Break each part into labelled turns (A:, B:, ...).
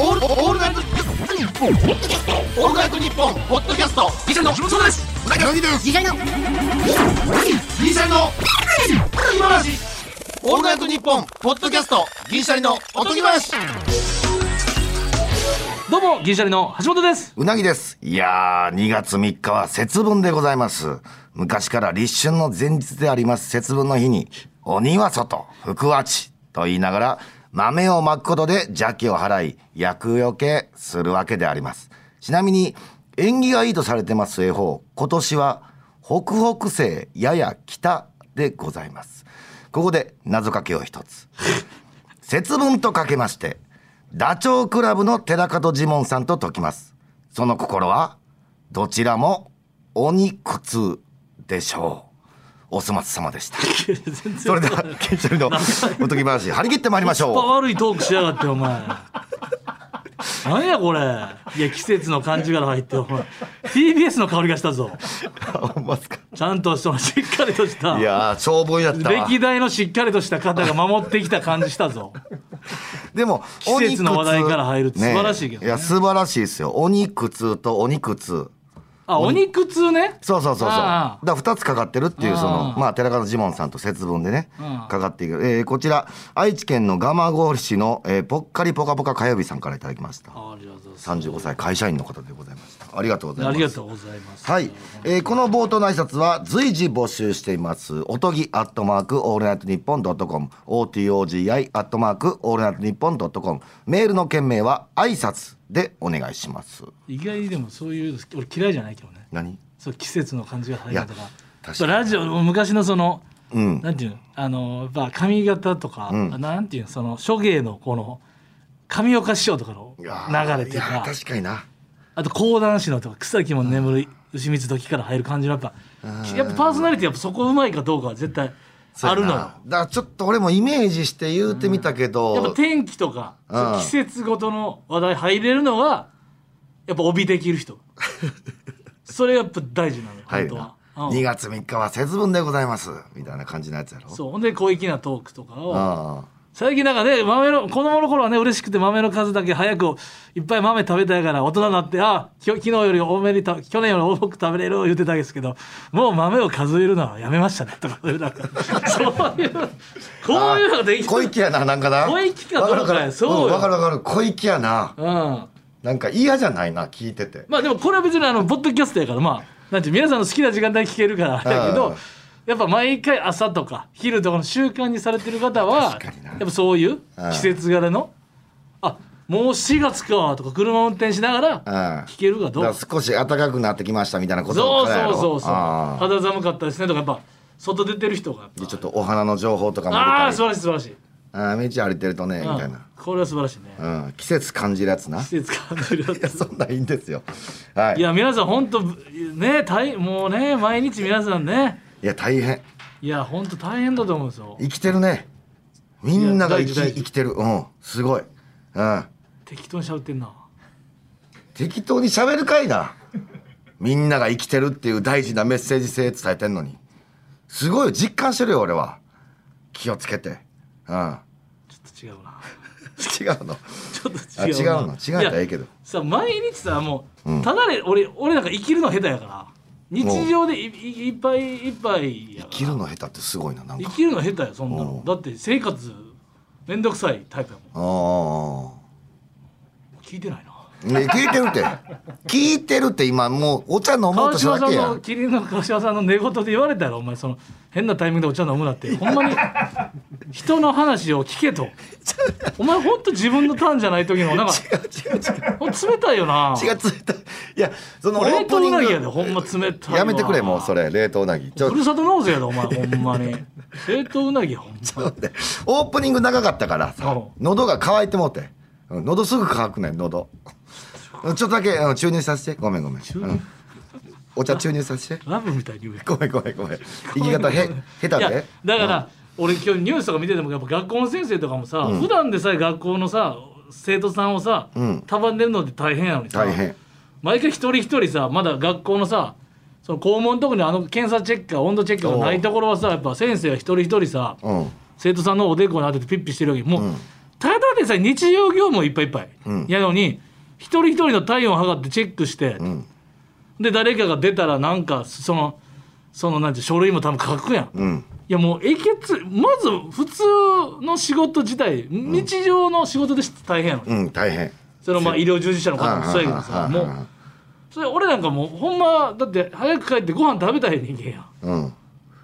A: オールオールナイトニッポンオールナイトニッポンポッドキャストギシャリの木本そうですうなぎの
B: 次回の
A: ギシャリの今話オールナイトニッポンポッドキャストギシャリのおとぎ話
C: どうも、銀シャリの橋本です。
D: うなぎです。いやー、2月3日は節分でございます。昔から立春の前日であります節分の日に、鬼は外、福は地と言いながら、豆をまくことで邪気を払い、厄除けするわけであります。ちなみに、縁起がいいとされてます絵本、今年は、北北西やや北でございます。ここで謎かけを一つ。節分とかけましてダチョウ倶楽部の寺門ジモンさんと解きますその心はどちらも鬼苦痛でしょうお粗末様でした それではケンシャリのおとぎ話張り切ってまいりまし
C: やっぱ
D: ょ
C: 悪いトークしやがって、お前。なんやこれ。いや、季節の感じから入って、お前。TBS の香りがしたぞ。
D: うほんまっすか
C: ちゃんとそのしっかりとした。
D: いやー長文やったわ
C: 歴代のしっかりとした方が守ってきた感じしたぞ。
D: でも
C: 季節の
D: 鬼苦痛
C: 話題から入るって素晴らしいけどね
D: いや素晴らしいですよ鬼苦痛と鬼苦痛
C: あ、お肉痛ね。
D: そうそうそうそう。だ
C: あ
D: か
C: あ
D: ら二つかかってるっていうそ
C: あ
D: の
C: あ
D: まあ寺門ジモンさんと節分でね
C: ああ
D: かかっていく。えーこちら愛知県の蒲郡市の、えーぽっかりぽかぽか火曜日さんからいただきました。
C: ありがとうございます。
D: 35歳会社員の方でございました。ありがとうござい
C: あ
D: ます。
C: りがとうございます。
D: はい、えーこの冒頭の挨拶は随時募集しています。おとぎアットマークオールナイトニッポンドットコム、OTOGI アットマークオールナイトニッポンドットコム。メールの件名は挨拶でお願いします。
C: 意外にでもそういう、俺嫌いじゃないけどね。
D: 何？
C: そう季節の感じが入るとか
D: いや
C: やっ
D: 確か
C: ぱ
D: に
C: ラジオも昔のその、
D: うん
C: なんていうのあのやっぱ髪型とか、
D: ん
C: なんていうのその諸芸のこの上岡師匠とかの
D: いやー
C: 流れという
D: いや
C: か
D: 確かにな。
C: あと講談師のとか草木も眠る牛光時から入る感じのやっぱやっぱパーソナリティやっぱそこうまいかどうかは絶対あるのよ。
D: だからちょっと俺もイメージして言うてみたけど、
C: やっぱ天気とか、
D: うん
C: そう季節ごとの話題入れるのはやっぱ帯できる 人それやっぱ大事なのよ
D: 入
C: 本
D: る
C: 当
D: な
C: は。うん
D: 2月3日は節分でございますみたいな感じのやつやろ
C: そうほんで小粋なトークとかを
D: あ
C: 最近なんかね豆の子供の頃はね嬉しくて豆の数だけ早くいっぱい豆食べたいから大人になってあきょ昨日より多めにた去年より多く食べれる言ってたんですけどもう豆を数えるのはやめましたねとかそういうなんかそういうこういうのができ
D: あ小粋やななんかな
C: 小粋かどうかや
D: わるわる
C: そうよ
D: んわかるわかる小粋やな
C: うん、ま
D: なんか嫌じゃないな聞いてて
C: あでもこれは別にあのポッドキャストやからまあなんていう皆さんの好きな時間帯聞けるからあれだけ
D: う
C: ど
D: ん
C: やっぱ毎回朝とか昼とかの習慣にされてる方は
D: 確かにな
C: やっぱそういう季節柄のあもう4月かとか車運転しなが
D: う
C: ら
D: ん
C: 聞けるかどう
D: だ
C: か
D: から少し暖かくなってきましたみたいなこと
C: そう
D: からや
C: そう
D: ろ
C: そうそう
D: ああ
C: 肌寒かったですねとかやっぱ外出てる人がやっぱ
D: でちょっとお花の情報とかも
C: ああ
D: 入れ
C: 素晴
D: たり
C: らしい素晴らしい、
D: ああ道歩いてるとねみ
C: うん
D: たいな、
C: これは素晴らしいね、
D: うん、季節感じるやつ な
C: 季節感じるやつ
D: いやそんなんいいんですよはい
C: いや皆さん本当ね大もうね毎日皆さんね
D: いや大変
C: いや本当大変だと思うんですよ
D: 生きてるねみんなが生き
C: いや大事大事
D: 生きてるうんすごい、うん、
C: 適当に喋ってんな
D: 適当に喋るかいなみんなが生きてるっていう大事なメッセージ性伝えてんのにすごいよ実感してるよ俺は気をつけてうん
C: ちょっと違うな
D: 違うの
C: ちょっ
D: あ
C: と
D: 違
C: 違
D: う
C: うな
D: の違うやったらええけど
C: さ毎日さもうただで俺俺なんか生きるの下手やから日常でいいいっぱいいっぱいやから
D: 生きるの下手ってすごいななんか
C: 生きるの下手やそんなの
D: うん
C: だって生活めんどくさいタイプやも
D: ああ
C: ん聞いてないな
D: ね聞いてるって聞いてるって今もうお茶飲もう
C: 川
D: としただ
C: 島さん
D: けや
C: の
D: ん
C: 麒麟の川島さんの寝言で言われたやろお前その変なタイミングでお茶飲むなってほんまに人の話を聞 けとお前ほんと自分のターンじゃない時のなんかほんと冷たいよな
D: 違うついたいやそのオ
C: 冷
D: ープ
C: 凍
D: ニ
C: う
D: ン
C: な
D: グ
C: ぎやでほんま冷たいわ
D: やめてくれもうそれ冷凍うなぎちょ
C: ふるさと納税やでお前ほんまに冷凍うなぎやほんま
D: でオープニング長かったからさ
C: う
D: 喉が渇いてもうてうん喉すぐ乾くねん 喉うんちょっとだけうん注入させてごめんごめん、
C: 入
D: うんお茶注入させて
C: ラブみたいに言うやん
D: ごめんごめんごめん生き方へ下
C: い
D: 手
C: や
D: で
C: だから、俺今日ニュースとか見ててもやっぱ学校の先生とかもさ、普段でさえ学校のさ生徒さんをさ、
D: うん
C: 束ねるのって大変やのにさ
D: 大変
C: 毎回一人一人さまだ学校のさその校門のとこにあの検査チェッカー温度チェッカーがないところはさやっぱ先生は一人一人さ、
D: うん
C: 生徒さんのおでこに当ててピッピしてるわけもう、ただでさえ日常業務いっぱいいっぱい、やのに一人一人の体温を測ってチェックして、で誰かが出たらなんかそのそのなんて書類も多分書くやん、いやもうえげつまず普通の仕事自体日常の仕事でして大変やの、
D: うん大変
C: そのまあ医療従事者の方もそうやけど
D: は
C: さ
D: い
C: も
D: はいうはいはい
C: それ俺なんかもうほんまだって早く帰ってご飯食べたい人間や
D: う
C: ん
D: ん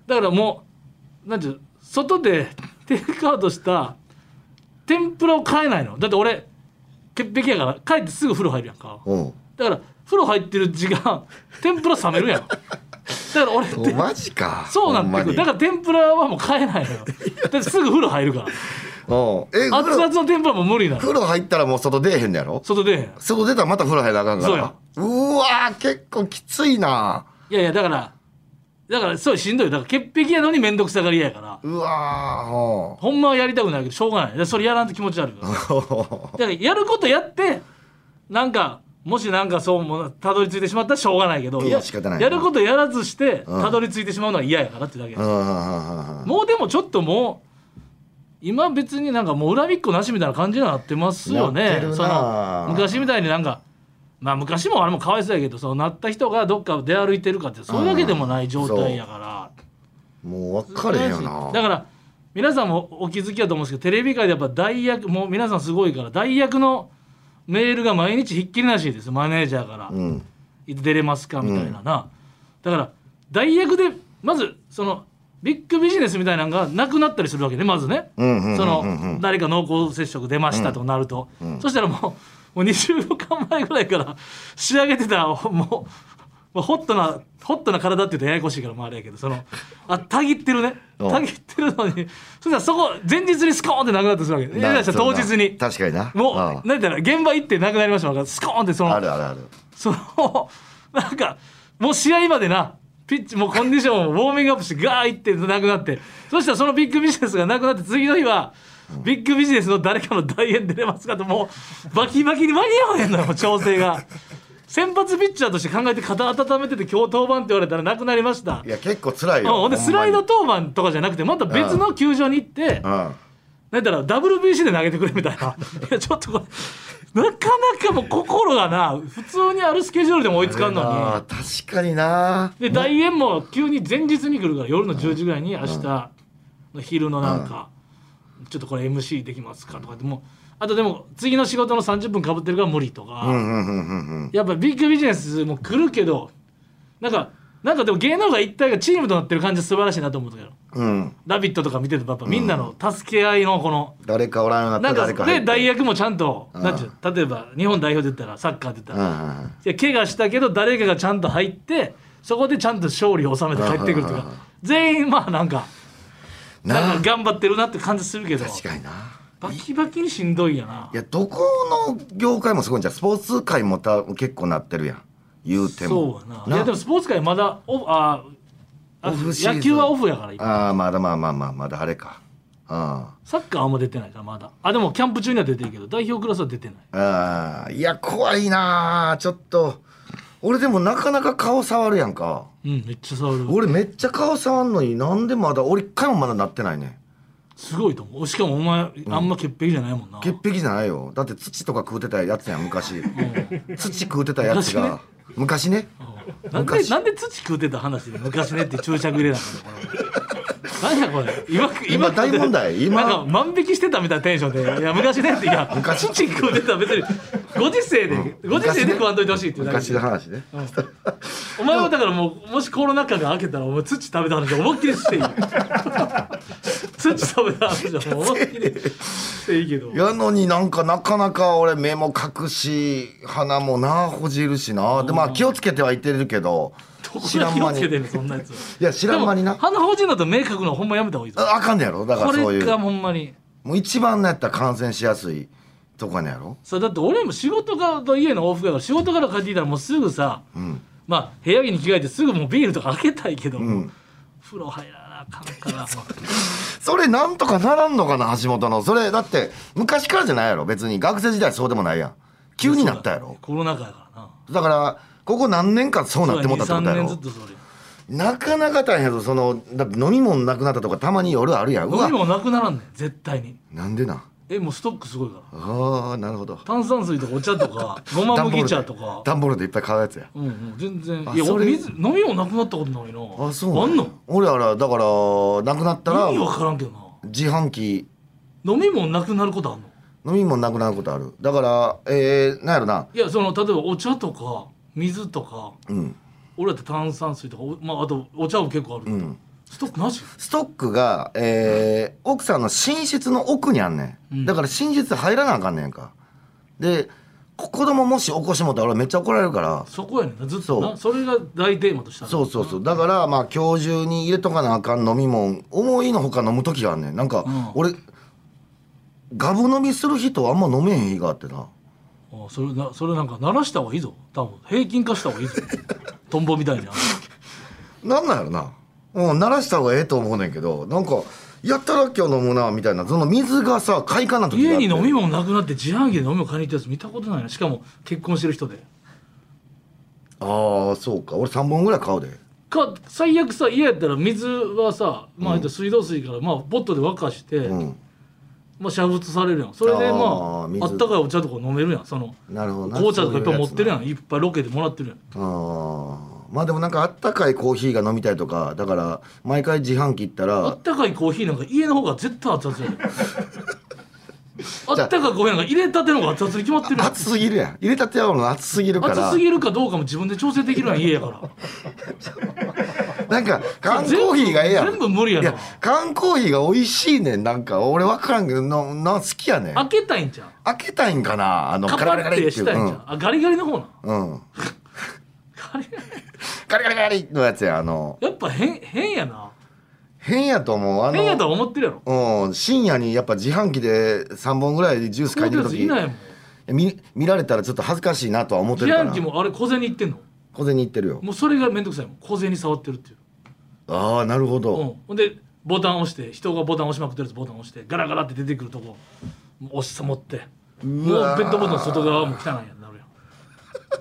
C: だからもうなんていうの外でテイクアウトした天ぷらを買えないのだって俺潔癖やから帰ってすぐ風呂入るやんか
D: おう
C: だから風呂入ってる時間天ぷら冷めるやんだから俺って
D: おマジか
C: そうなってくるだからら天ぷらはもう買えないのよだってすぐ風呂入るから
D: おうえ
C: 熱
D: 風
C: 々
D: 呂
C: の天ぷらも無理なの
D: 風呂入ったらもう外出えへんのやろ
C: 外出えへん
D: 外出たらまた風呂入らなあかんからうわー結構きついない
C: やいやだからだからそうしんどいだから潔癖やのに面倒くさがり屋やから
D: うわーお
C: ほんまはやりたくないけどしょうがないでそれやらんと気持ち悪いから
D: う
C: だからやることやってなんかもしなんかそうもたどり着いてしまったらしょうがないけど
D: いや
C: や
D: 仕方ない
C: やることやらずして
D: うん
C: たどり着いてしまうのは嫌やからってだけ、
D: うんうんうん
C: もうでもちょっともう今別になんかもう恨みっこなしみたいな感じになってますよ
D: なっ
C: ね
D: てるな
C: その昔みたいになんかまあ昔もあれもかわいそうやけどそのなった人がどっか出歩いてるかってそういうわけでもない状態やから。
D: もう分かれへんよな
C: だから皆さんもお気づきだと思うんですけどテレビ界でやっぱ代役もう皆さんすごいから代役のメールが毎日ひっきりなしですマネージャーから、
D: うん
C: いつ出れますかみたいなな、だから代役でまずそのビッグビジネスみたいなのがなくなったりするわけねまずね、
D: うんうんうんうん
C: その誰か濃厚接触出ましたとなると、そしたらもうもう20秒間前ぐらいから仕上げてたもう、まあ、ホットなホットな体って言うとややこしいからもうあれやけどそのあたぎってるね
D: うん
C: たぎってるのにそしたらそこ前日にスコーンってなくなったりするわけ、ね、下手したら当日に
D: 確かにな
C: もう
D: あ
C: なんて言ったら現場行ってなくなりましたからスコーンってその
D: あるあるある
C: そのなんかもう試合までなピッチもうコンディションをウォーミングアップしてガーッってなくなってそしたらそのビッグビジネスがなくなって次の日はビッグビジネスの誰かの代演出れますかともうバキバキに間に合わへんのよもう調整が先発ピッチャーとして考えて肩温めてて今日登板って言われたらなくなりました
D: いや結構辛い
C: うん
D: よ
C: ほんでスライド当番とかじゃなくてまた別の球場に行って
D: ほんまに
C: なんだろう WBC で投げてくれみた いないやちょっとこれなかなかもう心がな普通にあるスケジュールでも追いつ
D: う
C: か
D: んん
C: の
D: あー確かにな
C: にで大円も急に前日に来るから夜の10時ぐらいに明日の昼のなんかちょっとこれ MC できますかとかでもうあとでも次の仕事の30分かぶってるから無理とか、
D: うんうんうんうんうん
C: やっぱビッグビジネスも来るけどなんかなんかでも芸能界一体がチームとなってる感じ素晴らしいなと思うけど「
D: うん
C: ラビット!」とか見てるとやっぱみんなの助け合いのこの。
D: 誰かおらんようにな
C: な
D: っ
C: ん
D: たら
C: か
D: 誰か入
C: で
D: って
C: 代役もちゃんと、
D: うん
C: なんていうの例えば日本代表で言ったらサッカーで言っ
D: う
C: た
D: ん
C: ら、
D: うんうん
C: いや怪我したけど誰かがちゃんと入ってそこでちゃんと勝利を収めて帰ってくる
D: う
C: と
D: んうん
C: か
D: うんうん
C: 全員まあなんか
D: な
C: なんか頑張ってるなって感じするけど
D: 確かにな
C: バキバキにしんどいやない
D: やどこの業界もすごいんじゃうスポーツ界もた結構なってるやん言うて
C: そ
D: も
C: うやないやでもスポーツ界まだオフああ
D: オフシーズン
C: 野球はオフやから
D: ああまだまあまあまあまだあれかあ
C: サッカーはあんま出てないからまだあでもキャンプ中には出てるけど代表クラスは出てない
D: あーいや怖いなーちょっと俺でもなかなか顔触るやんか
C: うんめっちゃ触る
D: 俺めっちゃ顔触んのになんでまだ俺一回もまだなってないね
C: すごいと思うしかもお前あんま潔癖じゃないもんな、
D: 潔癖じゃないよだって土とか食うてたやつやん昔土食うてたやつが昔ね
C: なんでなんで土食うてた話で昔ねって注釈入れなか ったのこれ何やこれ今
D: 今大問題今
C: なんか万引きしてたみたいなテンションでいや昔ねっていや
D: 昔
C: 土食うてた別にご時世で、ご時世で食わんといてほしいっていうだけ
D: 昔の話ね
C: お前はだからもうもしコロナ禍が明けたらお前土食べた話思いっきり していいよ土食べた話は思いっきりしていいけど
D: やのになんかなかなか俺目も隠し鼻もなほじるしなでまあ気をつけてはいってるけど知らん
C: 気を
D: 間
C: つ
D: に
C: けて
D: い
C: んのそんなやつは
D: や知らん間にな
C: 鼻ほじんだと明確なほんまやめた方がいいぞ
D: ああかんねやろだから
C: こ
D: そうい
C: れが
D: う
C: ほんまに
D: もう一番のやったら感染しやすいとこやねやろ
C: そうだって俺も仕事からと家の往復やから仕事から帰ってきたらもうすぐさ、まあ部屋着に着替えてすぐもうビールとか開けたいけど、風呂入らなあかんからも
D: それなんとかならんのかな橋本のそれだって昔からじゃないやろ別に学生時代そうでもないやん 急になったやろ
C: うコロナ禍やからな
D: だからここ何年かそうなってもったって
C: そ
D: こ
C: う
D: と
C: や
D: や
C: 23年
D: ろ
C: ずっとそれ
D: なかなか大変やぞそのだって飲み物なくなったとかたまに夜あるやんう
C: 飲
D: わ
C: みもなくならんねん絶対に
D: なんでな
C: えもうストックすごいから
D: ああなるほど
C: 炭酸水とかお茶とかご ま
D: ダンボー
C: 麦
D: ル
C: 茶とか
D: ダンボールでいっぱい買うやつや
C: うんうん全然
D: あ
C: いや
D: そ
C: 俺
D: れ
C: 水飲みもなくなったことないな
D: あそう
C: あんの
D: 俺あらだからなくなったら
C: 意味わからんけどな
D: 自販機
C: 飲みもなくなることあんの
D: 飲みもなくなることあるだからえー、なんやろない
C: やその例えばお茶とか水とか
D: うん
C: 俺だって炭酸水とか、おまあ、あとお茶も結構あるけど、
D: うん
C: ストックなし
D: ストックが、えー奥さんの寝室の奥にあんねん、
C: うん
D: だから寝室入らなあかんねんかでこ子供もし起こしてもらったら俺めっちゃ怒られるから
C: そこやねんなずっ
D: そ
C: と
D: う
C: なそれが大テーマとした
D: そうそう
C: う
D: そうだからまあ今日中に入れとかなあかん飲み物思いのほか飲む時があんねんなんか
C: うん
D: 俺、ガブ飲みする人あんま飲めへん日があってな
C: あそれなそれなんか鳴らした方がいいぞ多分平均化した方がい いぞトンボみたいにあの
D: なんなんやろなうん鳴らした方がええと思うねんけどなんかやったら今日飲むなみたいなその水がさ快感な時があ
C: 家
D: って
C: に飲み物なくなって自販機で飲み物買いに行ったやつ見たことないなしかも結婚してる人で
D: ああそうか俺3本ぐらい買うで
C: か最悪さ家やったら水はさ、まあ、言ったら水道水から、まあ、ポットで沸かして、
D: うん
C: まあ、煮沸されるやんそれで
D: あー
C: まあ
D: 水
C: あったかいお茶とか飲めるやんその
D: なるほどな
C: 紅茶とかいっぱい持ってるや
D: ん
C: んいっぱいロケでもらってるやん
D: あーまあでもなんかあったかいコーヒーが飲みたいとかだから毎回自販機行った
C: あ
D: ら
C: ったかいコーヒーなんか家の方が絶対熱々 やであったかいコーヒーなんか入れたての方が熱々に決まってるやん
D: 熱すぎるやん入れたてやの熱すぎるから
C: 熱すぎるかどうかも自分で調整できる やん家やから
D: なんか缶コーヒーがええやん
C: 全部無理や
D: い
C: な
D: や缶コーヒーが美味しいねんなんか俺分からんけどなな好きやねん
C: 開けたいんじゃん
D: 開けたいんかなあの
C: カ
D: カ
C: パ
D: ラカラカ
C: ッ
D: リってい
C: てし
D: う
C: たいんじゃん、あガリガリの方な
D: うん、うん、
C: ガリガリ
D: カリカリカリのやつやあの
C: やっぱ変変やな
D: 変やと思うあの
C: 変やとは思ってるやろ
D: うん、深夜にやっぱ自販機で3本ぐらいジュース
C: 使
D: 買
C: っ
D: いに
C: てる
D: 行
C: や
D: く
C: つ
D: 時
C: いないもん
D: 見見られたらちょっと恥ずかしいなとは思って
C: 自
D: るから
C: 販機もあれ小銭いってんの
D: 小銭行ってるよ
C: もうそれがめんどくさいもん小銭触ってるっていう
D: ああなるほど、
C: うん、ほんでボタン押して人がボタン押しまくってるやつボタン押してガラガラって出てくるとこもう押しさ持って
D: う
C: も
D: わ
C: う
D: ー
C: ペットボトルの外側も汚いやんなるや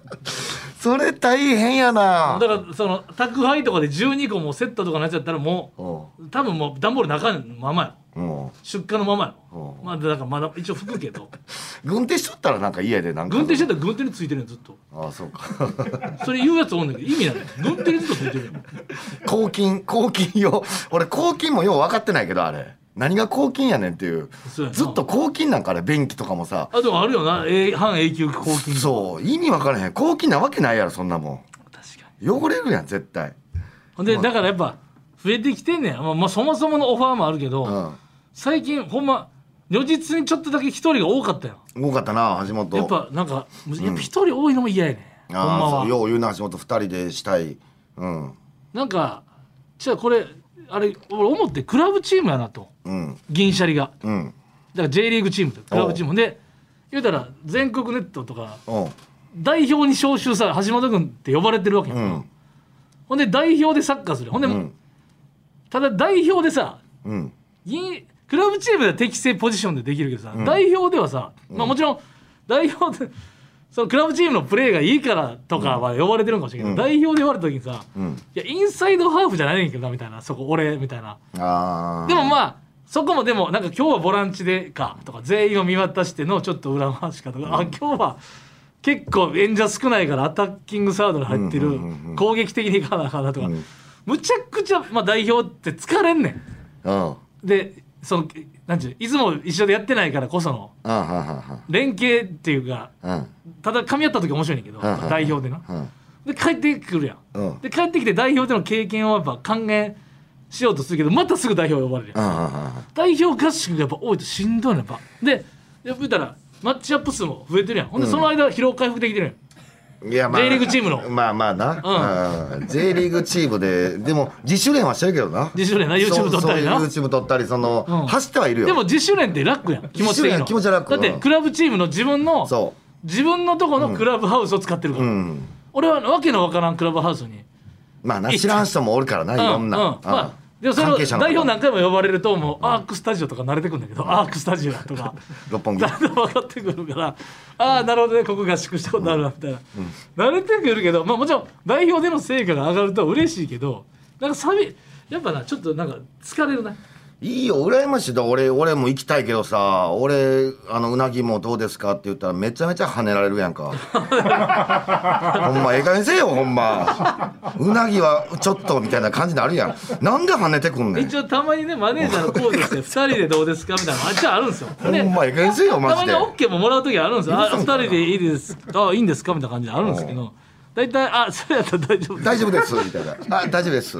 D: それ大変やなん
C: だからその宅配とかで12個もセットとかのやつやったらも
D: うん
C: う多分もう段ボール中のままや
D: う
C: ろ
D: ん
C: 出荷のままやろ
D: うん
C: まあだからまだ一応拭くけど
D: 軍手しとったらなんか家でなんか
C: 軍手してたら軍手についてるやんずっと
D: ああそうか
C: それ言うやつおんねんけど意味ない軍手にずっとついてるやん
D: 抗菌抗菌よ俺抗菌もよう分かってないけどあれ何が抗菌やねんっていう
C: そうやな
D: ずっと抗菌なんかあれ便器とかもさ
C: あでもあるよなえー半永久抗菌
D: そう意味分からへん抗菌なわけないやろそんなも
C: 確かに
D: ん汚れるやん絶対
C: ほんでだからやっぱ増えてきてんねん、まあ、まあそもそものオファーもあるけど、
D: うん
C: 最近ほんま如実にちょっとだけ一人が多かったよ
D: 多かったな橋本
C: やっぱなんかやっぱ一人多いのも嫌やね、ん、ほんま
D: ああ
C: は
D: よう言うな橋本二人でしたいうん
C: なんかじゃあこれあれ俺思ってクラブチームやなと
D: うん
C: 銀シャリがだか
D: うん
C: ら J リーグチームとクラブチームで言うたら全国ネットとか
D: うん
C: 代表に招集され橋本君って呼ばれてるわけや、
D: うんん
C: ほんで代表でサッカーするほんで、
D: うん
C: ただ代表でさ
D: うん
C: 銀クラブチームでは適正ポジションでできるけどさ、代表ではさ、まあ、もちろん代表で そのクラブチームのプレーがいいからとかは呼ばれてるのかもしれないけど、代表で呼ばれた時にさ、
D: ん
C: いやインサイドハーフじゃないねんけどなみたいなそこ俺みたいな、
D: ああ
C: でもまあそこもでもなんか今日はボランチでかとか全員を見渡してのちょっと裏回しかとか、あ今日は結構演者少ないからアタッキングサードに入ってる、
D: うんうんうんうん
C: 攻撃的にいかなあかんなとか、
D: ん
C: むちゃくちゃ、まあ、代表って疲れんねん。
D: うんうん
C: でそのなんていういつも一緒でやってないからこその
D: あはは
C: 連携っていうか
D: は
C: ただ噛み合った時面白いねんけど
D: はいはい
C: 代表でな
D: うん
C: で帰ってくるや
D: うん
C: んで帰ってきて代表での経験をやっぱ還元しようとするけどまたすぐ代表呼ばれるやん
D: あ
C: 代表合宿がやっぱ多いとしんどいのやっぱでやっぱ言ったらマッチアップ数も増えてるやんほんでその間疲労回復できてるやん
D: いやまあ
C: J リーグチームの
D: まあまあな、うん J リーグチームででも自主練はしてるけどな
C: 自主練な YouTube 撮
D: そう
C: ったりな
D: そういう YouTube 撮ったりその、
C: うん
D: 走ってはいるよ
C: でも自主練って楽やん気持ち的
D: 自主練
C: に
D: は気持ち楽
C: だって
D: うん
C: クラブチームの自分の
D: そ
C: 自分のとこのクラブハウスを使ってるか
D: う
C: ら、
D: うん
C: 俺はわけのわからんクラブハウスに
D: まあな知らん人もおるからないうろんな、
C: う
D: うん
C: まあでもそれ
D: 関
C: を
D: 係者の方
C: 代表何回も呼ばれるともうアークスタジオとか慣れてくるんだけど、アークスタジオだとか
D: 六本木
C: だんだん分かってくるからああなるほどねここ合宿したことあるなみたいな、慣れてくるけど、まあ、もちろん代表での成果が上がると嬉しいけどなんか寂やっぱなちょっとなんか疲れるな
D: いいよ、羨ましい。だ俺、俺も行きたいけどさ、俺、あの、うなぎもどうですかって言ったら、めちゃめちゃ跳ねられるやん か。ほんま、ええ加減せえよ、ほんま。うなぎはちょっとみたいな感じになるやん。なんで跳ねてくんねん
C: 一。応たまにねマネージャーのコードして2人でどうですかみたいなあじゃああるんですよ
D: ほ
C: で
D: んま、ええ加減せえよ、
C: た
D: マ
C: ま
D: ジ
C: に
D: で。
C: OK ももらう時あるんですよ「あ
D: 許さ
C: 2
D: んかな
C: 人でいいですあいいんですか?」みたいな感じであるんですけど大体「あそれやったら大丈夫」
D: 大丈夫です、みたいな。あ、大丈夫です。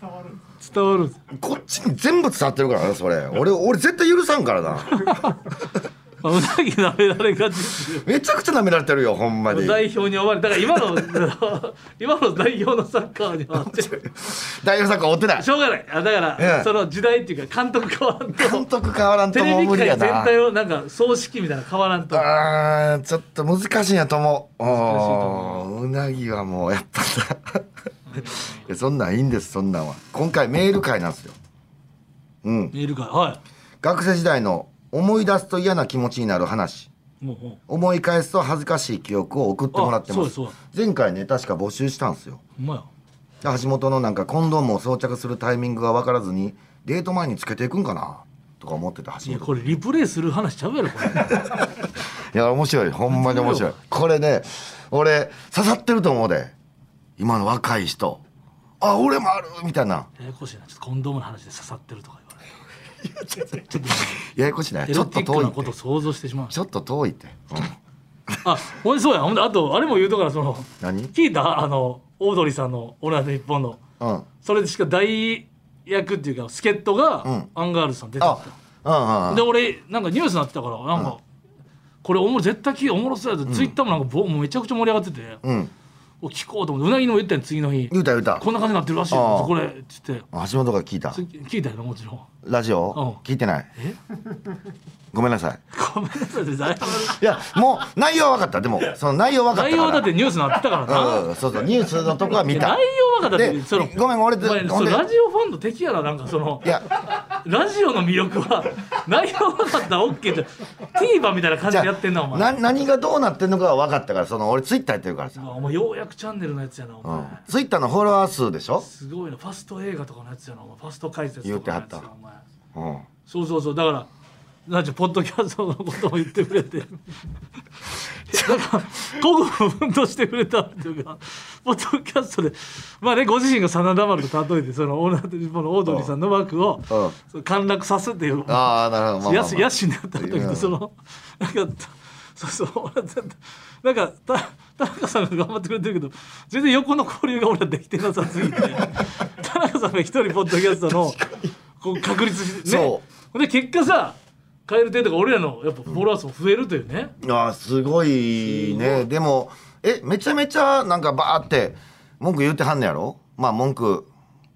C: 伝わるんです
D: こっちに全部伝わってるからな、それ。俺、俺絶対許さんからな。
C: まあうなぎ舐められがちですよ
D: めちゃくちゃ舐められてるよ、ほんまに。
C: 代表に呼ばれだから今の 今の代表のサッカーに は
D: 大丈夫さんか追ってない
C: し。ょうがないあだか
D: ええ
C: らその時代っていうか監督変わん
D: 監
C: と
D: 督変わらん
C: テ
D: とも
C: レ
D: う
C: ビ
D: 無理
C: 界
D: や
C: 全
D: な。
C: 体をなんか葬式みたいな変わらんと
D: あーちょっと難しいんやと思う。
C: しいと
D: うなぎはもうやっぱさ いやそんなんいいんですそんなんは今回メール会なんですようん
C: 見えるからは
D: 学生時代の思い出すと嫌な気持ちになる話
C: いもうも
D: 思い返すと恥ずかしい記憶を送ってもらってま
C: あ
D: す
C: そうです
D: 前回ね確か募集したんですよ
C: うほんまや
D: で橋本のなんかコンドームを装着するタイミングが分からずにデート前につけていくんかなとか思ってた
C: い
D: 橋
C: や
D: 本
C: これリプレイする話ちゃうやろこれ
D: いや面白いほんまに面白いこれね俺刺さってると思うで今の若い人あ俺もあるみたいな
C: ややこしいなちょっとコンドームの話で刺さってるとか言われてちょっ
D: ややこしない
C: とエ
D: ちょ
C: ロ
D: っ
C: テ
D: と
C: ィ
D: 遠
C: ック
D: い
C: な
D: っ
C: こ
D: て
C: とを想像してしまう
D: ちょっと遠いって、うん
C: あほんでそうやほんであとあれも言うとからその
D: 何
C: 聞いたあのオードリーさんの「オールナイトニッポン」の
D: うん
C: それでしか大役っていうか助っ人が
D: ん
C: アンガールズさん出てたんですよ、
D: あうんうん
C: で
D: うん
C: 俺なんかニュースになってたからなんか、これおも絶対聞いておもろそうやと、ツイッターもなんかぼもうめちゃくちゃ盛り上がってて、
D: うん
C: お聞こうと思ってうなぎのも言ったんや次の日
D: 言うた言うた
C: こんな感じになってるらしい
D: あ
C: よ
D: あ
C: これっつって
D: 橋本が聞いた
C: つ聞いたよなもちろん
D: ラジオ
C: うん
D: 聞いてない ごめんなさい
C: ごめんなさいです
D: いやもう内容は分かったでもその内容は分かった
C: 内
D: から
C: 容だってニュースになってたからな、
D: うんうんそうそうニュースのとこは見
C: いや
D: た
C: 内容はだって
D: で
C: その
D: ごめん俺
C: お前
D: ほん
C: そ
D: で
C: のラジオファンの敵やななんかその
D: いや
C: ラジオの魅力は内容分かったら OK じゃ TVer みたいな感じでやってんなお前
D: な何がどうなってんのかは分かったからその俺ツイッターやってるからさ、
C: お前ようやくチャンネルのやつやなお
D: う
C: 前、
D: ん、ツイッターのフォロワー数でしょ、
C: すごいなファスト映画とかのやつやなお前ファスト解説とかのやつ
D: 言う
C: や
D: てはった
C: お前
D: うん、
C: そうそうそうだからなんちゅうポッドキャストのことも言ってくれてなんか古語奮闘してくれたっていうかポッドキャストでまあねご自身が真田丸と例えてそのオーナーと日本のオードリーさんの枠を
D: うん
C: その陥落さすっていう
D: ああなるほど、まあまあまあ
C: やす野心でやった時
D: うん
C: とそのなんかそうそう俺は全然なんかた田中さんが頑張ってくれてるけど全然横の交流が俺はできてなさすぎて田中さんが一人ポッドキャストのこう確立してね
D: そ
C: ほんで結果さカエル亭とか俺らのやっぱフォロワー数も増えるというね、
D: あーすごいねでもえめちゃめちゃなんかバーって文句言ってはんのやろまあ文句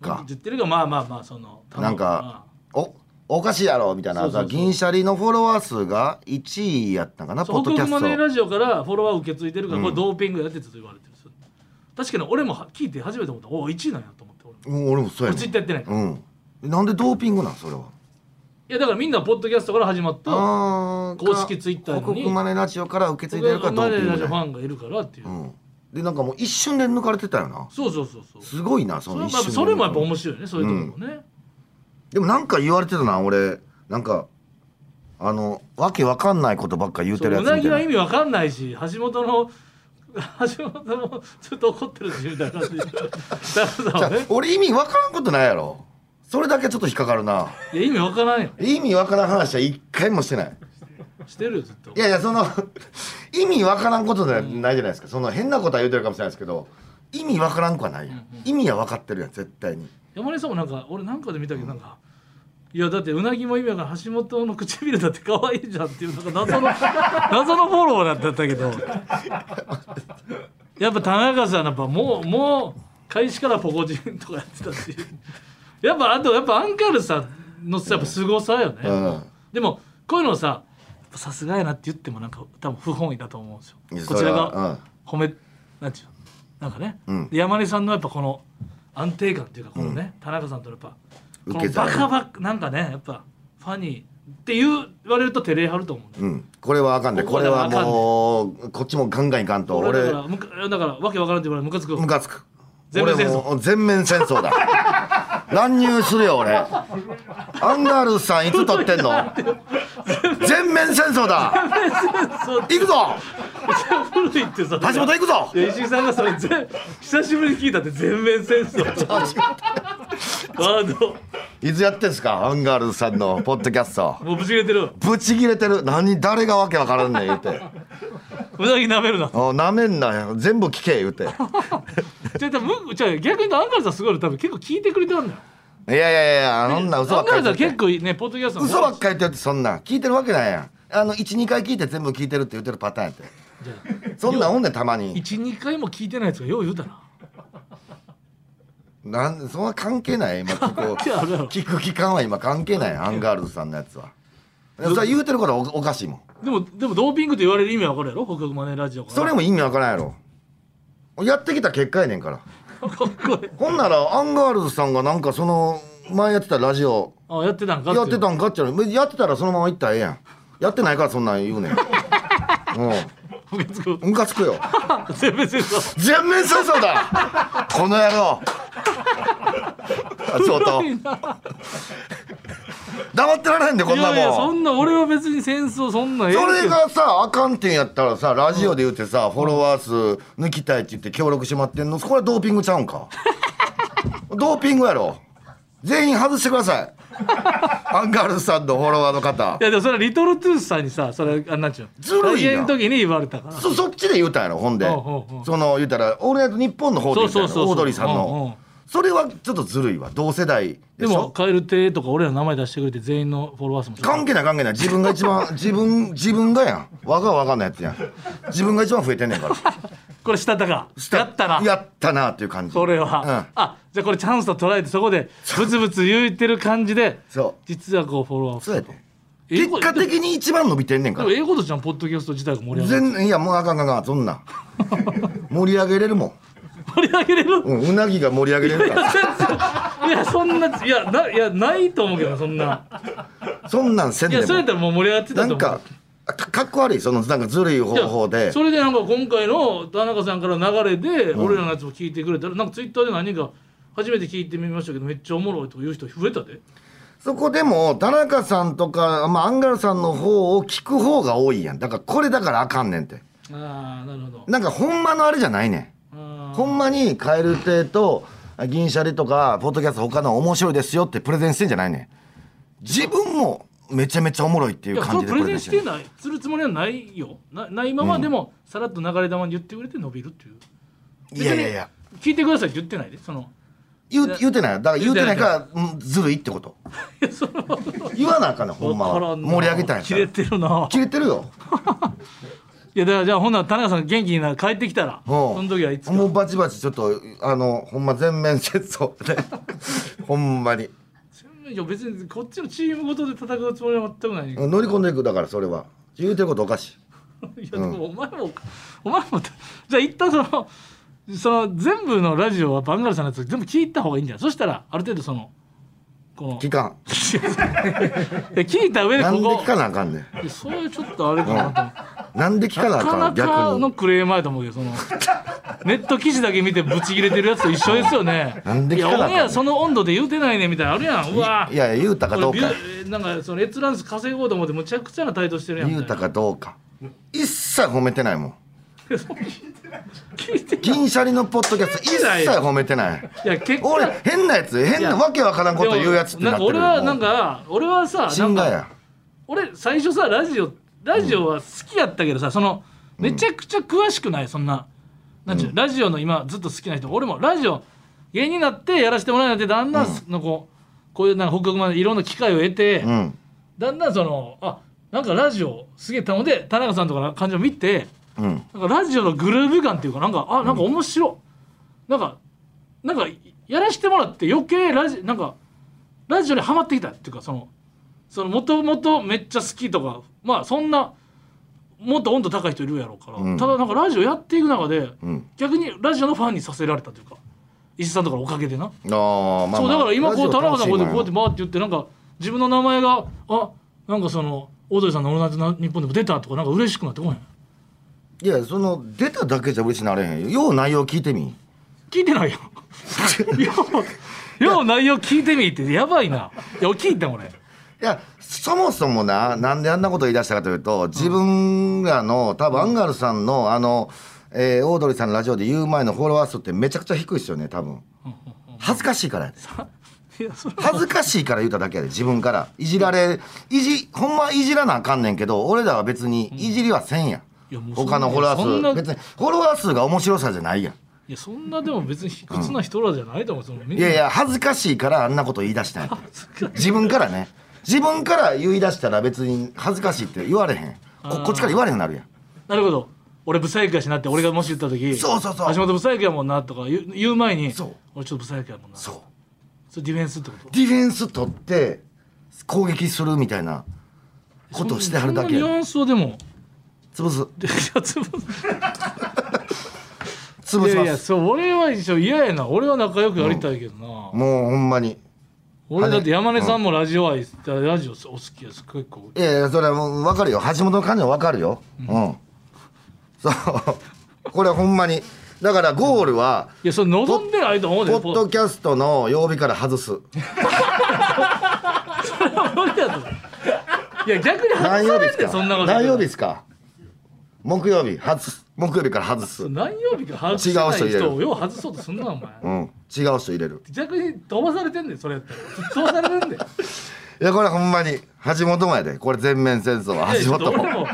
D: か
C: 言ってるがまあまあまあその
D: なんかおおかしいやろみたいな
C: そうそうそう
D: 銀シャリのフォロワー数が1位やったんかなポ
C: そ
D: ッ
C: う北
D: ドキャ
C: 陸
D: ス
C: マ
D: ト
C: ネーラジオからフォロワー受け継いでるから、これドーピングやってたと言われてるんですよ確かに俺もは聞いて初めて思ったおお1位なんやと思って俺も
D: うん俺もそうや
C: 俺ツイッターやってないから
D: ねんうんえなんでドーピングなんそれはい
C: やだからみんなポッドキャストから始まった
D: あー
C: 公式ツイッターに
D: 広告マネラジオから受け継いでるからド
C: マ
D: ー
C: ネ
D: ピン
C: ー
D: グ
C: ジ
D: じ
C: ャ
D: ゃ
C: ーフ
D: ない
C: ァンがいるからっていう、
D: うんでなんかもう一瞬で抜かれてたよな
C: そうそうそうそうそ
D: すごいなそ
C: れ
D: の
C: は
D: 一
C: まあ
D: 瞬で
C: それもやっぱ面白いよねそういうところもね、
D: でもなんか言われてたな俺なんかあのわけわかんないことばっか言う
C: そ
D: て
C: う
D: るや
C: う
D: つ
C: な
D: み
C: ぎ
D: た
C: はい意
D: な
C: 味わかんないし橋本の 橋本のずっと怒ってるしみたい な感じでダンさんは
D: じゃあ
C: ね
D: 俺意味わからんことないやろそれだけちょっと引っかかるない
C: や意味わからんよ
D: 意味わからん話は一回もしてない
C: してるよずっと
D: いやいやその 意味わからんことじゃないじゃないですかその変なことは言うてるかもしれないですけど意味わからんくはないやん意味はわかってるやん絶対に
C: 山根さんもなんか俺なんかで見たけどなんか、いやだってうなぎも今から橋本の唇だって可愛いじゃんっていうなんか謎の謎のフォローだったけどやっぱ田中さんやっぱもうもう開始からポコチンとかやってたしやっぱあとやっぱアンカールさんのやっぱ凄さよね、
D: うん
C: でもこういうのをさやっぱさすがやなって言ってもなんか多分不本意だと思うんですよ
D: いや
C: こちら
D: それは
C: が褒め、なんていうのなんかね、
D: ん
C: で山根さんのやっぱこの安定感っていうかこのね、田中さんとのやっぱこ
D: 受
C: の
D: け皿
C: バカバカなんかねやっぱファニーっていう言われると照れ張ると思うんだよ
D: うんこれはあかんでこれはもうこっちもガンガンいかんと
C: 俺
D: 俺
C: だからむかだからわけわからんって言われるムカつく
D: ムカつく
C: 全面戦争
D: 俺も全面戦争だ乱入するよ、俺。アンガールズさん、いつ撮ってんの全面戦争だ
C: そう
D: 行くぞ
C: 古いってさ
D: 橋本行くぞ
C: いや石井さんがそれ全久しぶりに聞いたって全面戦争ワード
D: いつやってんすかアンガールズさんのポッドキャスト。
C: もうぶち切れてる
D: ブチ切れてる。何、誰がわけわからんねん、言うて。
C: うなぎ舐めるな
D: おなめんなよ。全部聞け、言うて。
C: じゃあむじゃあ逆に言うとアンガールズさんすごいの多分結構聞いてくれてるんだよ
D: いやいやいや、そんな嘘ば
C: ア
D: っ
C: ン
D: か
C: ガ
D: り
C: ールズ
D: 言
C: は
D: って
C: 結構ねポッドキャストの
D: 嘘ばっかり言ってそんな聞いてるわけないやんあの12回聞いて全部聞いてるって言ってるパターンやってそんなんおんねんたまに
C: 12回も聞いてないやつがよう言うたな
D: なんでそんな関係ない今聞こう
C: 係あるやろ
D: 聞く期間は今関係ないアンガールズさんのやつはそれは言うてることはおおかしいもん
C: でもでもドーピングと言われる意味は分かるやろ北極マネーラジオから
D: それも意味わからんやろやってきた結果やねんから
C: かっこいい
D: ほんならアンガールズさんがなんかその前やってたラジオ
C: あやってたんか
D: やって
C: ん
D: たんかっちゃうのやってたらそのまま行ったらええやんやってないからそんなん 言うねんうんムカつくよ
C: 全面戦争
D: 全面戦争だこの野 郎ちょっと
C: いな
D: 黙ってられへんでこん
C: い
D: な
C: やいやそ
D: もん
C: んな俺は別に戦争そんなええけ
D: そ
C: ど
D: れがさあかんてんやったらさラジオで言ってさ、フォロワー数抜きたいって言って協力してもらってんのこれはドーピングちゃうん かドーピングやろ全員外してくださいアンガールズさんのフォロワーの方
C: いやでもそれはリトルトゥースさんにさそれあなんちゅうの
D: ずるいな
C: 大変の時に言われたから
D: そそっちで言うたんやろほんで
C: おうおうおう
D: その言うたら「オールナイトニッポン」の方で言うたんや
C: そうそ
D: ろオ
C: うそうそう
D: ードリーさん
C: うんうん
D: のそれはちょっとずるいわ同世代
C: で
D: でしょ
C: もカエル亭とか俺らの名前出してくれて全員のフォロワー数も
D: 関係ない関係ない自分が一 番自分自分がやんわがわがのやつやん自分が一番増えてんねんから
C: これしたたか やったな
D: やったなっていう感じ
C: これは、
D: う
C: あじゃあこれチャンスと捉えてそこでブツブツ言うてる感じで
D: そ
C: 実はこうフォロワーを
D: そうやで
C: ええ
D: 結
C: こと
D: 果的に一番伸びてんねん
C: で
D: か
C: も
D: ら
C: ええことじゃんポッドキャスト自体が盛り上がる
D: 全いやもうあかんあかんあかんそん なん盛り上げれるもん、
C: 盛り上げれる
D: うん、うなぎが盛り上げれるか
C: いやそんないやないやないと思うけどなそんな
D: らそんなんせん
C: い
D: で
C: やそれ
D: も
C: やったらもう盛り上がってたと
D: な
C: 思
D: ん
C: う
D: かかかっこ悪いそのなんかずるい方
C: いや
D: 法で
C: それでなんか今回の田中さんからの流れで俺らのやつも聞いてくれたら、なんかツイッターで何人か初めて聞いてみましたけどめっちゃおもろいとか言う人増えたで
D: そこでも田中さんとか、まあ、アンガールズさんの方を聞く方が多いやんだからこれだからあかんねんって
C: ああなるほど
D: なんかほんまのあれじゃないねん
C: あ
D: ほんまに蛙亭と銀シャリとかポッドキャスト他の面白いですよってプレゼンしてんじゃないねん自分もめちゃめちゃおもろいってい
C: ーいうやそ
D: 感
C: の
D: じで
C: プ
D: プレ
C: レ
D: ゼ
C: ゼ
D: ン
C: ン
D: し
C: してて
D: ん
C: ないするつもりはないよなないままでも、さらっと流れ玉に言ってくれて伸びるっていう
D: いやいやいや
C: 別に聞いてくださいって言ってないでその
D: 言う言うてないだから言
C: 言
D: う
C: う
D: て
C: て
D: な
C: ないい
D: からうんずるいってこと
C: いやその
D: 言わなあかんねんほんま
C: わから
D: は
C: んな
D: 盛り上げたいんや
C: 切
D: から
C: れてるな
D: 切れてるよ
C: いやだからじゃあほんなら田中さん元気にな帰ってきたら
D: も
C: その時はいつか
D: もうバチバチちょっとあのほんま全面戦争で ほんまに
C: いや別にこっちのチームごとで戦うつもりは全くない、
D: 乗り込んでいくだからそれは言うてることおかしい
C: いやでもお前も、お前もじゃあ一旦そのその全部のラジオはバンガルさんのやつ全部聞いた方がいいんじゃないそしたらある程度そのこの
D: 期間
C: いや聞いた上で
D: な
C: こ
D: んで
C: こ
D: 聞かなあかんねん
C: いやそれはちょっとあれかなと思って
D: なんで聞かなあ
C: なか
D: か
C: なん
D: 逆
C: かの
D: に
C: クレームやと思うけどそのネット記事だけ見てブチ切れてるやつと一緒ですよね
D: なんで聞
C: い
D: かなあかん
C: やオンエアその温度で言うてないねみたいなのあるやんうわ
D: いやいや言うたかどう
C: こ
D: か
C: れビューなんかその閲覧数稼ごうと思ってむちゃくちゃな態度してるやんみ
D: 言う
C: た
D: た
C: いな
D: かどうか一切褒めてないもん
C: 聞いて
D: 銀シャリのポッドキャスト一切褒めてない
C: いや結
D: 俺
C: 果
D: 変なやつ変なわけわからんこと言うやつって
C: でも
D: なってる
C: んか俺はなん
D: も
C: か俺はさ
D: う
C: な
D: 信
C: ん
D: が
C: か
D: や
C: 俺最初さラジオラジオは好きやったけどさそのめちゃくちゃ詳しくないそんななんちゅう、ラジオの今ずっと好きな人俺もラジオ芸人になってやらせてもらえなってだんだんのこう、こういうなんか北極までいろんな機会を得て、
D: うん
C: だんだんそのあなんかラジオすげえ頼んで田中さんとかの感じを見て
D: うん
C: なんかラジオのグルーヴ感っていうかなんかあなんか面白、いなんかなんかやらしてもらって余計ラジなんかラジオにハマってきたっていうかそのそのもともとめっちゃ好きとかまあそんなもっと温度高い人いるやろうから、
D: うん
C: ただなんかラジオやっていく中で、
D: ん
C: 逆にラジオのファンにさせられたというか石井さんとかのおかげでな、
D: ああまあ
C: そうだから今こう田中さんこうやってこうやって
D: て
C: バーって言ってなんか自分の名前があなんかそのオードリーさんの「オールナイトな日本でも出たとかなんか嬉しくなってこへん
D: いやその出 ただけじゃ嬉しなれへんよよう内容聞いてみ
C: 聞いてないよ。よよう内容聞いてみってやばいな。いや聞いた俺。
D: いやそもそもななんであんなこと言い出したかというと自分らの多分アンガールズさんのあの、えーオードリーさんのラジオで言う前のフォロワー数ってめちゃくちゃ低いですよね多分恥ずかしいからやで
C: いやそれ
D: 恥ずかしいから言うただけやで自分からいじられいじほんまいじらなあかんねんけど俺らは別にいじりはせんや,、
C: いやもうそんな
D: 他のフォロワ
C: そんな
D: ー数別にフォロワー数が面白さじゃないやん
C: いやそんなでも別に卑屈な人らじゃないと思う。そのみん
D: い
C: な
D: やいや恥ずかしいからあんなこと言い出したんやって自分からね自分から言い出したら別に恥ずかしいって言われへんここっちから言われへんなるやん
C: なるほど。俺不細工やしなって俺がもし言った時
D: そうそうそう
C: 橋本不細工やもんなとか言う言う前に
D: そう
C: 俺ちょっと不細工やもんな
D: そう
C: それディフェンスってこと
D: ディフェンス取って攻撃するみたいなことをしてはるだけ
C: そんなニュアンスをでも
D: 潰す
C: いや潰す
D: 潰
C: い
D: し
C: やい
D: ま
C: や
D: す
C: そう俺は一緒嫌やな俺は仲良くやりたいけどな、
D: もうほんまに
C: 俺だって山根さんもラジオ愛、ラジオお好きやし結構
D: いやいやそれはもう分かるよ橋本の感情分かるようん、そうこれはほんまにだからゴールは、
C: いやそれ望んでないと思うで
D: ポッドキャストの曜日から外す
C: 無理だと思ういや逆に
D: 何
C: 外
D: 曜日
C: され
D: で
C: ん
D: す
C: で
D: か
C: そんなこと
D: 何曜日ですか木曜日外す木曜日から外すうん
C: 何曜日か外して
D: 違う
C: な
D: 人入
C: い
D: れる
C: 人をよう外そうとすんなお前
D: 違う人入れる
C: 逆に飛ばされてんねんそれやったら飛ばされて んね
D: い
C: ん
D: やこれほんまに橋本もやでこれ全面戦争は橋本
C: いや
D: も
C: 俺も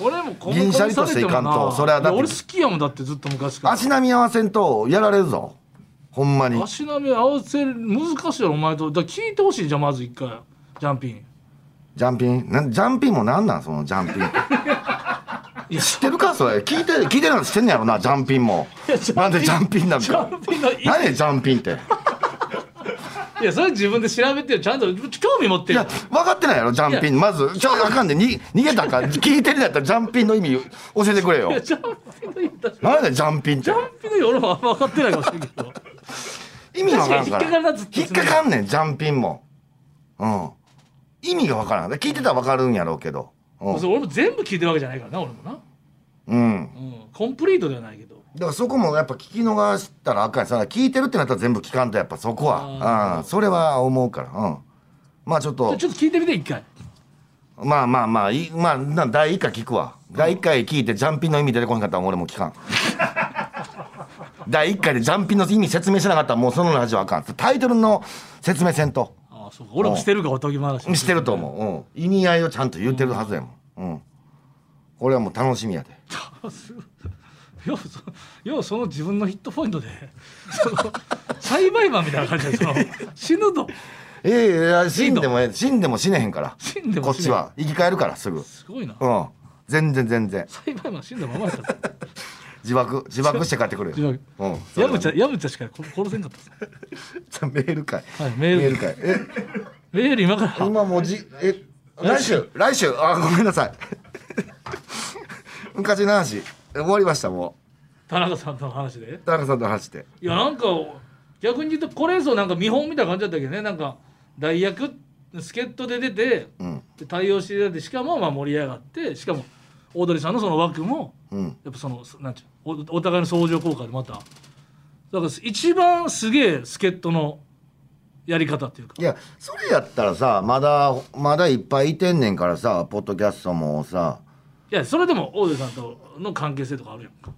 C: 俺もコミ
D: 銀シャ
C: コミ
D: リと
C: され
D: して
C: て
D: いか
C: も
D: ん
C: な
D: とそれはだって
C: 俺好きやもんだってずっと昔から
D: 足並み合わせんとやられるぞほんまに
C: 足並み合わせる難しいやろお前とだから聞いてほしいじゃあまず一回ジャンピン
D: ジャンピンなんジャンピンもなんなんそのジャンピン
C: いや
D: 知ってるかそれ聞いて聞いてるの知ってんねやろなジャンピンも
C: いやジャンピン
D: なんでジャンピンなん
C: ジ
D: か
C: ャンピンのい
D: 何やジャンピンって
C: いやそれ自分で調べてよちゃんと興味持って
D: い
C: る
D: や分かってないやろジャンピンまずちょあかんでに逃げたらあかん聞いてるんだったらジャンピンの意味教えてくれよ
C: いやジャンピンの言ったジ
D: 何やジャンピンって
C: ャンピンの夜もあんま分かってないかもしれんけど
D: 意味が分からんから
C: 確かに引っかかるなずっと
D: 引っかかんねんジャンピンもうん意味が分からん聞いてたら分かるんやろうけどう
C: そ
D: ん、
C: れ俺も全部聞いてるわけじゃないからな俺もな、
D: うん、
C: うん、コンプリートではないけど
D: だからそこもやっぱ聞き逃したらあかんしさ聞いてるってなったら全部聞かんとやっぱそこ
C: あ
D: はうんそれは思うからうんまあちょっと
C: ちょっと聞いてみて一回
D: まあまあまあいまあな第1回聞くわ第1回聞いてジャンピンの意味出てこなかったら俺も聞かん 第1回でジャンピンの意味説明しなかったらもうそのラジオあかんタイトルの説明せんと
C: ああそうか俺もしてるかおとぎ話も
D: してると思う、うん、意味合いをちゃんと言ってるはずやもん、うん、これはもう楽しみやで
C: 要はそ要はその自分のヒットポイントで その栽培マンみたいな感じでその死ぬと
D: いやいやいや死んでもええ死んでも死ねへんから
C: 死んで
D: こ
C: も
D: っ
C: 死ねへん
D: ちは生き返るからすぐ
C: すごいな
D: うん全然全然
C: 栽培マン死んだままやったぞ
D: 自爆自爆して帰ってくるよ
C: 自
D: う
C: 爆
D: んそれ
C: ヤ
D: は
C: ムチャヤムチャしか殺殺せんかったですね
D: じゃあメールかい、
C: はいメール
D: かいえ
C: メール今から
D: 今もうじえ来週来週あごめんなさい 昔の話終わりましたも
C: 田中さんとの話で
D: う田中さんとの話で
C: いやなんか逆に言うとこれぞなんか見本みたいな感じだったけどねなんか代役助っ人で出て、
D: ん
C: で対応していただいてしかもまあ盛り上がってしかもオードリーさんのその枠も
D: うん
C: やっぱそのなんていうのおお互いの相乗効果でまただから一番すげえ助っ人のやり方っていうか
D: いやそれやったらさまだまだいっぱいいてんねんからさポッドキャストもさ
C: いやそれでもオードリーさんとの関係性とかあるやんか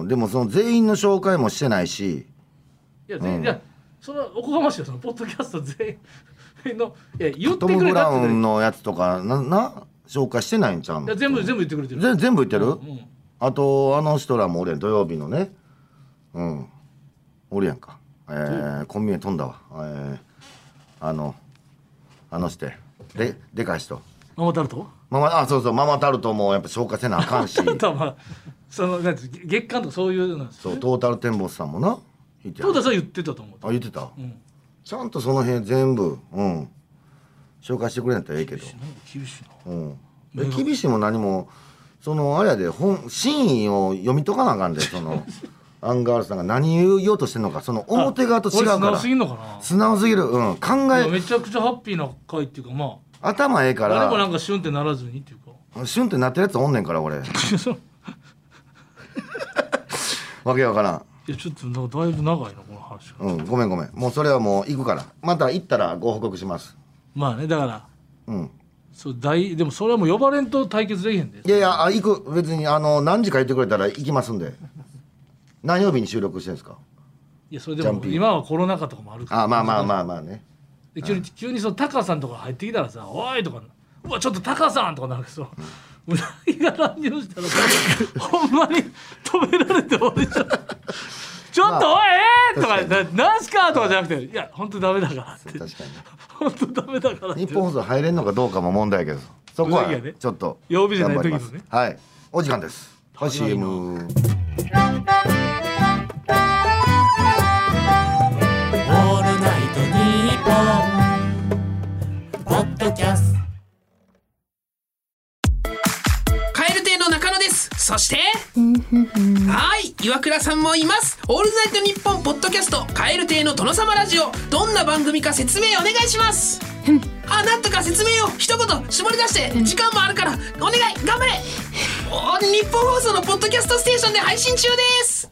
D: うんでもその全員の紹介もしてないし
C: いや,、全
D: うん
C: いやそのおこがましいよそのポッドキャスト全員のいや言っ
D: ト
C: てく
D: ム・
C: れたって
D: ブラウ
C: ね
D: ンのやつとかなな紹介してないんちゃう
C: いや
D: の
C: 全部全部言ってくれてる
D: ぜ全部言ってる、
C: うん
D: あとあの人らもおるやん土曜日のねうんおるやんか、えー、コンビニ飛んだわ、えー、あのあの人ででかい人
C: ママタル ト
D: ママあそうそうママタルトもやっぱ消化せなあ かんし
C: タルトはまあそのなんていう月間とかそういうのなんですよ
D: そうトータルテンボスさんもな言って
C: トー
D: あ
C: タさん言ってたと思う
D: 言ってた、
C: ん
D: ちゃんとその辺全部うん紹介してくれんやったらええけど
C: 厳しいな厳しいな
D: うんで厳しいも何もそのあれやで本真意を読み解かなあかんでそ のアンガールズさんが何言おうとしてんのかその表側と違うか
C: 俺素直
D: ら
C: すぎんのかな
D: 素直すぎる、うん、考
C: いや
D: え
C: めちゃくちゃハッピーな回っていうかま
D: 頭ええか
C: あ誰もな
D: ら
C: んかシュンってならずにっていうか
D: シュンってなってるやつおんねんから俺わけわからん
C: いやちょっとなんかだいぶ長いなこの話が、
D: うん、ごめんごめん。もうそれはもう行くから。また行ったらご報告します。
C: まあねだから
D: うん。
C: そう大でもそれはもう呼ばれんと対決できへんで
D: いやいや、あ行く。別に、あの、何時か言ってくれたら行きますんで。何曜日に収録してるんですか
C: いやそれ
D: ジ
C: で
D: ャン
C: も
D: ピー
C: 今はコロナ禍とかもあるから
D: あ、まあまあまあまあね。
C: で急に急にそのタカさんとか入ってきたらさ「おい!」とか「うわちょっとタカさん!」とかなるけどうなぎが乱入した らほんまに止められて終わりじゃんちょっと、おいえーとかななんすかとかじゃなくて「いや本当ダメだから」って
D: 確か
C: 本当ダメ だからっ
D: に。
C: て
D: 日本放送入れんのかどうかも問題やけど。そこは、
C: うざいやね
D: ちょっと。
C: 曜日じゃない時のね
D: 頑張りますはい。お時間です。はい、
C: 早いな
D: CM。
B: オールナイトニッポン」ポッドキャスト
E: 蛙亭の中野ですそしてはい岩倉さんもいます「オールナイトニッポン」ポッドキャスト「蛙亭の殿様ラジオ」どんな番組か説明お願いしますあなんとか説明を一言絞り出して時間もあるからお願い頑張れお日本放送のポッドキャストステーションで配信中です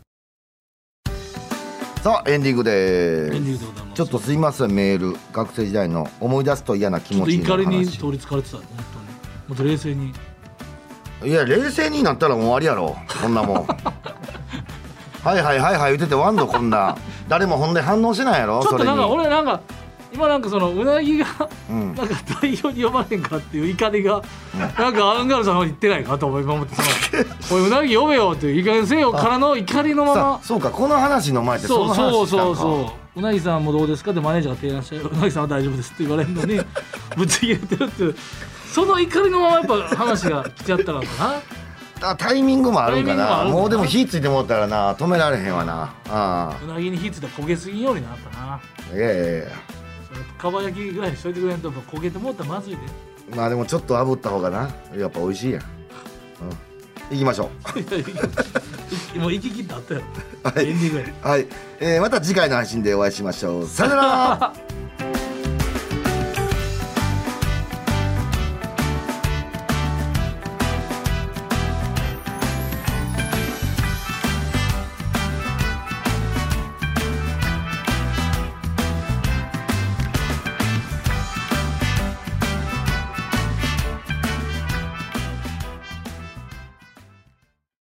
D: さあ、エンディングで
C: エン
D: す。
C: ディングでございます
D: ちょっとすいません、メール。学生時代の思い出すと嫌な気
C: ちょ
D: 持
C: っと
D: ちにな
C: 怒
D: る
C: りに
D: 話。
C: 取りつかれてたね本当にもっと冷静に
D: いや冷静になったらもう終わりやろこんな もんはいはいはいはい言っててワンドこんな誰もほんで反応しないやろ
C: ちょっとなんか
D: それに
C: 俺なんか今なんかそのうなぎが
D: うん
C: なんか代表に呼ばれへんかっていう怒りがなんかアンガールズさんの方に行ってないかと思い思ってその「おいうな ぎ呼べよ」っていう「いい加減せよ」からの怒りのま
D: さあ
C: ま
D: そうかこの話の前ってそ
C: そ
D: の話
C: うそう
D: したんか
C: そうそううなぎさんもどうですかってマネージャーが提案して「うなぎさんは大丈夫です」って言われるのに ぶち切れてるっていうその怒りのままやっぱ話が来ちゃったのかな
D: あタイミングもあるんか
C: タイミングもあ
D: な
C: るんかな
D: もうでも火ついてもうたらな止められへんわなあ
C: うなぎに火ついたら焦げすぎんようになったな
D: あいやいやいや
C: それかば焼きぐらいにしといてくれんとやっぱ焦げてもうたらまずいで
D: まあでもちょっと炙った方がなやっぱ美味しいやん、うん、行きましょう
C: もう行き切ったあったよ、
D: はい
C: エンディングや
D: はい、えーまた次回の配信でお会いしましょうさよなら